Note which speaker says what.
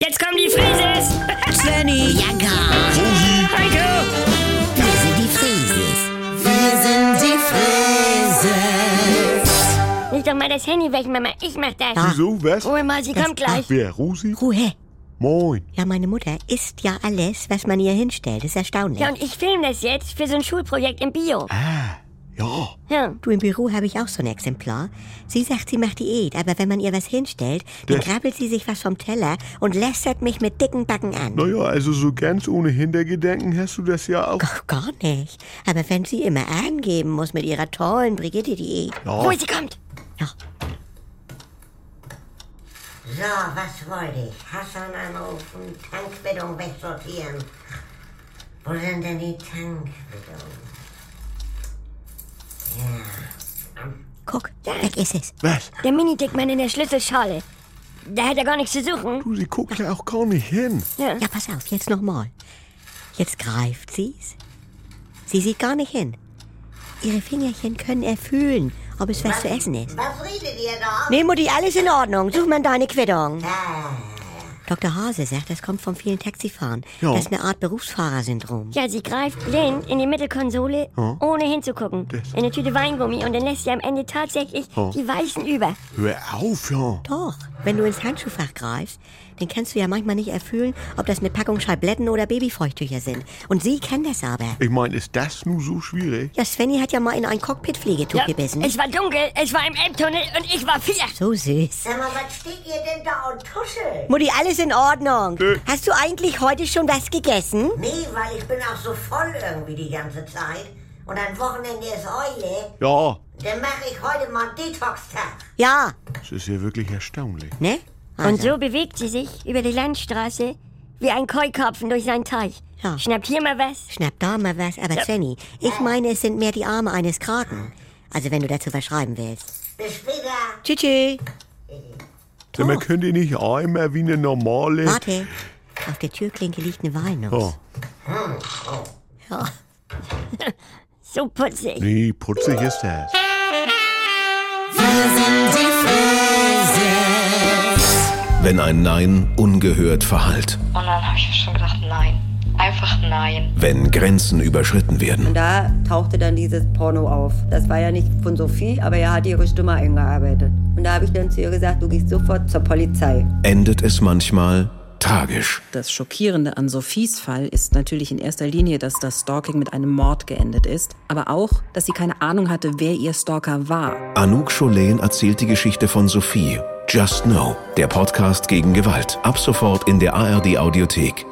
Speaker 1: jetzt kommen die Frieses!
Speaker 2: Svenny,
Speaker 3: Ja, gar.
Speaker 1: Heiko!
Speaker 3: Wir sind die Frieses. Wir sind die Frieses.
Speaker 4: Leg doch mal das Handy weg, Mama. Ich mach das.
Speaker 5: Wieso, was?
Speaker 4: Ruhe mal, sie kommt gleich.
Speaker 5: Wer, Rosi?
Speaker 2: Ruhe.
Speaker 5: Moin.
Speaker 2: Ja, meine Mutter isst ja alles, was man ihr hinstellt. Das ist erstaunlich.
Speaker 4: Ja, und ich film das jetzt für so ein Schulprojekt im Bio.
Speaker 5: Ah, Ja,
Speaker 4: Ja.
Speaker 2: Du, im Büro habe ich auch so ein Exemplar. Sie sagt, sie macht Diät, aber wenn man ihr was hinstellt, dann
Speaker 5: Das-
Speaker 2: krabbelt sie sich was vom Teller und lästert mich mit dicken Backen an.
Speaker 5: naja, also so ganz ohne Hintergedanken hast du das ja auch.
Speaker 2: Ach, gar nicht. Aber wenn sie immer angeben muss mit ihrer tollen Brigitte-Diät.
Speaker 4: Ruhe,
Speaker 5: Ja,
Speaker 4: sie kommt.
Speaker 6: So, was wollte ich? Hassan anrufen, Tankbildung wegsortieren. Wo sind denn die Tankbildungen?
Speaker 2: Guck, weg ist es.
Speaker 5: was?
Speaker 4: Der Mini-Dickmann in der Schlüsselschale. Da hat er gar nichts zu suchen.
Speaker 5: Du, sie guckt ja auch gar nicht hin.
Speaker 4: Ja.
Speaker 2: Ja, pass auf, jetzt nochmal. Jetzt greift sie's. Sie sieht gar nicht hin. Ihre Fingerchen können erfühlen, ob es was zu essen ist.
Speaker 6: Was redet ihr da?
Speaker 2: Nee, Mutti, alles in Ordnung. Such mal deine Quittung.
Speaker 6: Ah,
Speaker 2: Dr. Hase sagt, das kommt vom vielen Taxifahren.
Speaker 5: Ja.
Speaker 2: Das ist eine Art Berufsfahrersyndrom.
Speaker 4: Ja, sie greift blind in die Mittelkonsole, ohne hinzugucken.
Speaker 5: Das-
Speaker 4: In eine Tüte Weingummi und dann lässt sie am Ende tatsächlich
Speaker 5: Ja.
Speaker 4: die Weißen über.
Speaker 5: Hör auf, ja.
Speaker 2: Doch, wenn du ins Handschuhfach greifst, dann kannst du ja manchmal nicht erfüllen, ob das eine Packung Scheibletten oder Babyfeuchttücher sind. Und sie kann das aber.
Speaker 5: Ich meine, ist das nun so schwierig?
Speaker 2: Ja, Svenny hat ja mal in ein Cockpitpflegetuch
Speaker 4: Ja,
Speaker 2: gebissen.
Speaker 4: es war dunkel, es war im Elbtunnel und ich war vier.
Speaker 2: so süß.
Speaker 6: sag mal, was steht ihr denn da und tuschelt?
Speaker 2: Mutti, alles in Ordnung.
Speaker 5: Äh.
Speaker 2: Hast du eigentlich heute schon was gegessen?
Speaker 6: Nee, weil ich bin auch so voll irgendwie die ganze Zeit. Und am Wochenende ist Eule.
Speaker 5: Ja,
Speaker 6: Dann mache ich heute mal einen Detox-Tag.
Speaker 2: Ja,
Speaker 5: das ist ja wirklich erstaunlich.
Speaker 2: ne?
Speaker 4: Und
Speaker 2: Also,
Speaker 4: so bewegt sie sich über die Landstraße wie ein Keukarpfen durch seinen Teich.
Speaker 2: Ja.
Speaker 4: Schnappt hier mal was,
Speaker 2: Schnapp da mal was, aber Svenny, ich meine, es sind mehr die Arme eines Kraken. Also, wenn du dazu was schreiben willst.
Speaker 6: Bis später.
Speaker 2: Tschüssi.
Speaker 5: Sag mal, könnt ihr nicht einmal wie eine normale...
Speaker 2: Warte. Auf der Türklinke liegt eine Walnuss.
Speaker 5: Ja,
Speaker 2: Ja.
Speaker 4: so putzig.
Speaker 5: nee, putzig ist das.
Speaker 7: Wenn ein Nein ungehört verhallt.
Speaker 8: Und dann habe ich schon gedacht, nein. Einfach nein.
Speaker 7: Wenn Grenzen überschritten werden.
Speaker 9: Und da tauchte dann dieses Porno auf. Das war ja nicht von Sophie, aber er hat ihre Stimme eingearbeitet. Und da habe ich dann zu ihr gesagt, du gehst sofort zur Polizei.
Speaker 7: Endet es manchmal tragisch.
Speaker 10: Das Schockierende an Sophies Fall ist natürlich in erster Linie, dass das Stalking mit einem Mord geendet ist, aber auch, dass sie keine Ahnung hatte, wer ihr Stalker war.
Speaker 7: Anouk Cholen erzählt die Geschichte von Sophie. Just Know, der Podcast gegen Gewalt. Ab sofort in der ARD Audiothek.